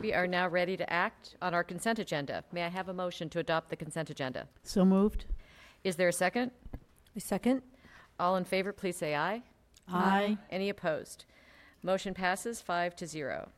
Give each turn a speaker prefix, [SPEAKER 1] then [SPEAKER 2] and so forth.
[SPEAKER 1] We are now ready to act on our consent agenda. May I have a motion to adopt the consent agenda?
[SPEAKER 2] So moved.
[SPEAKER 1] Is there a second?
[SPEAKER 3] I second.
[SPEAKER 1] All in favor, please say aye.
[SPEAKER 2] Aye.
[SPEAKER 1] Any opposed? Motion passes five to zero.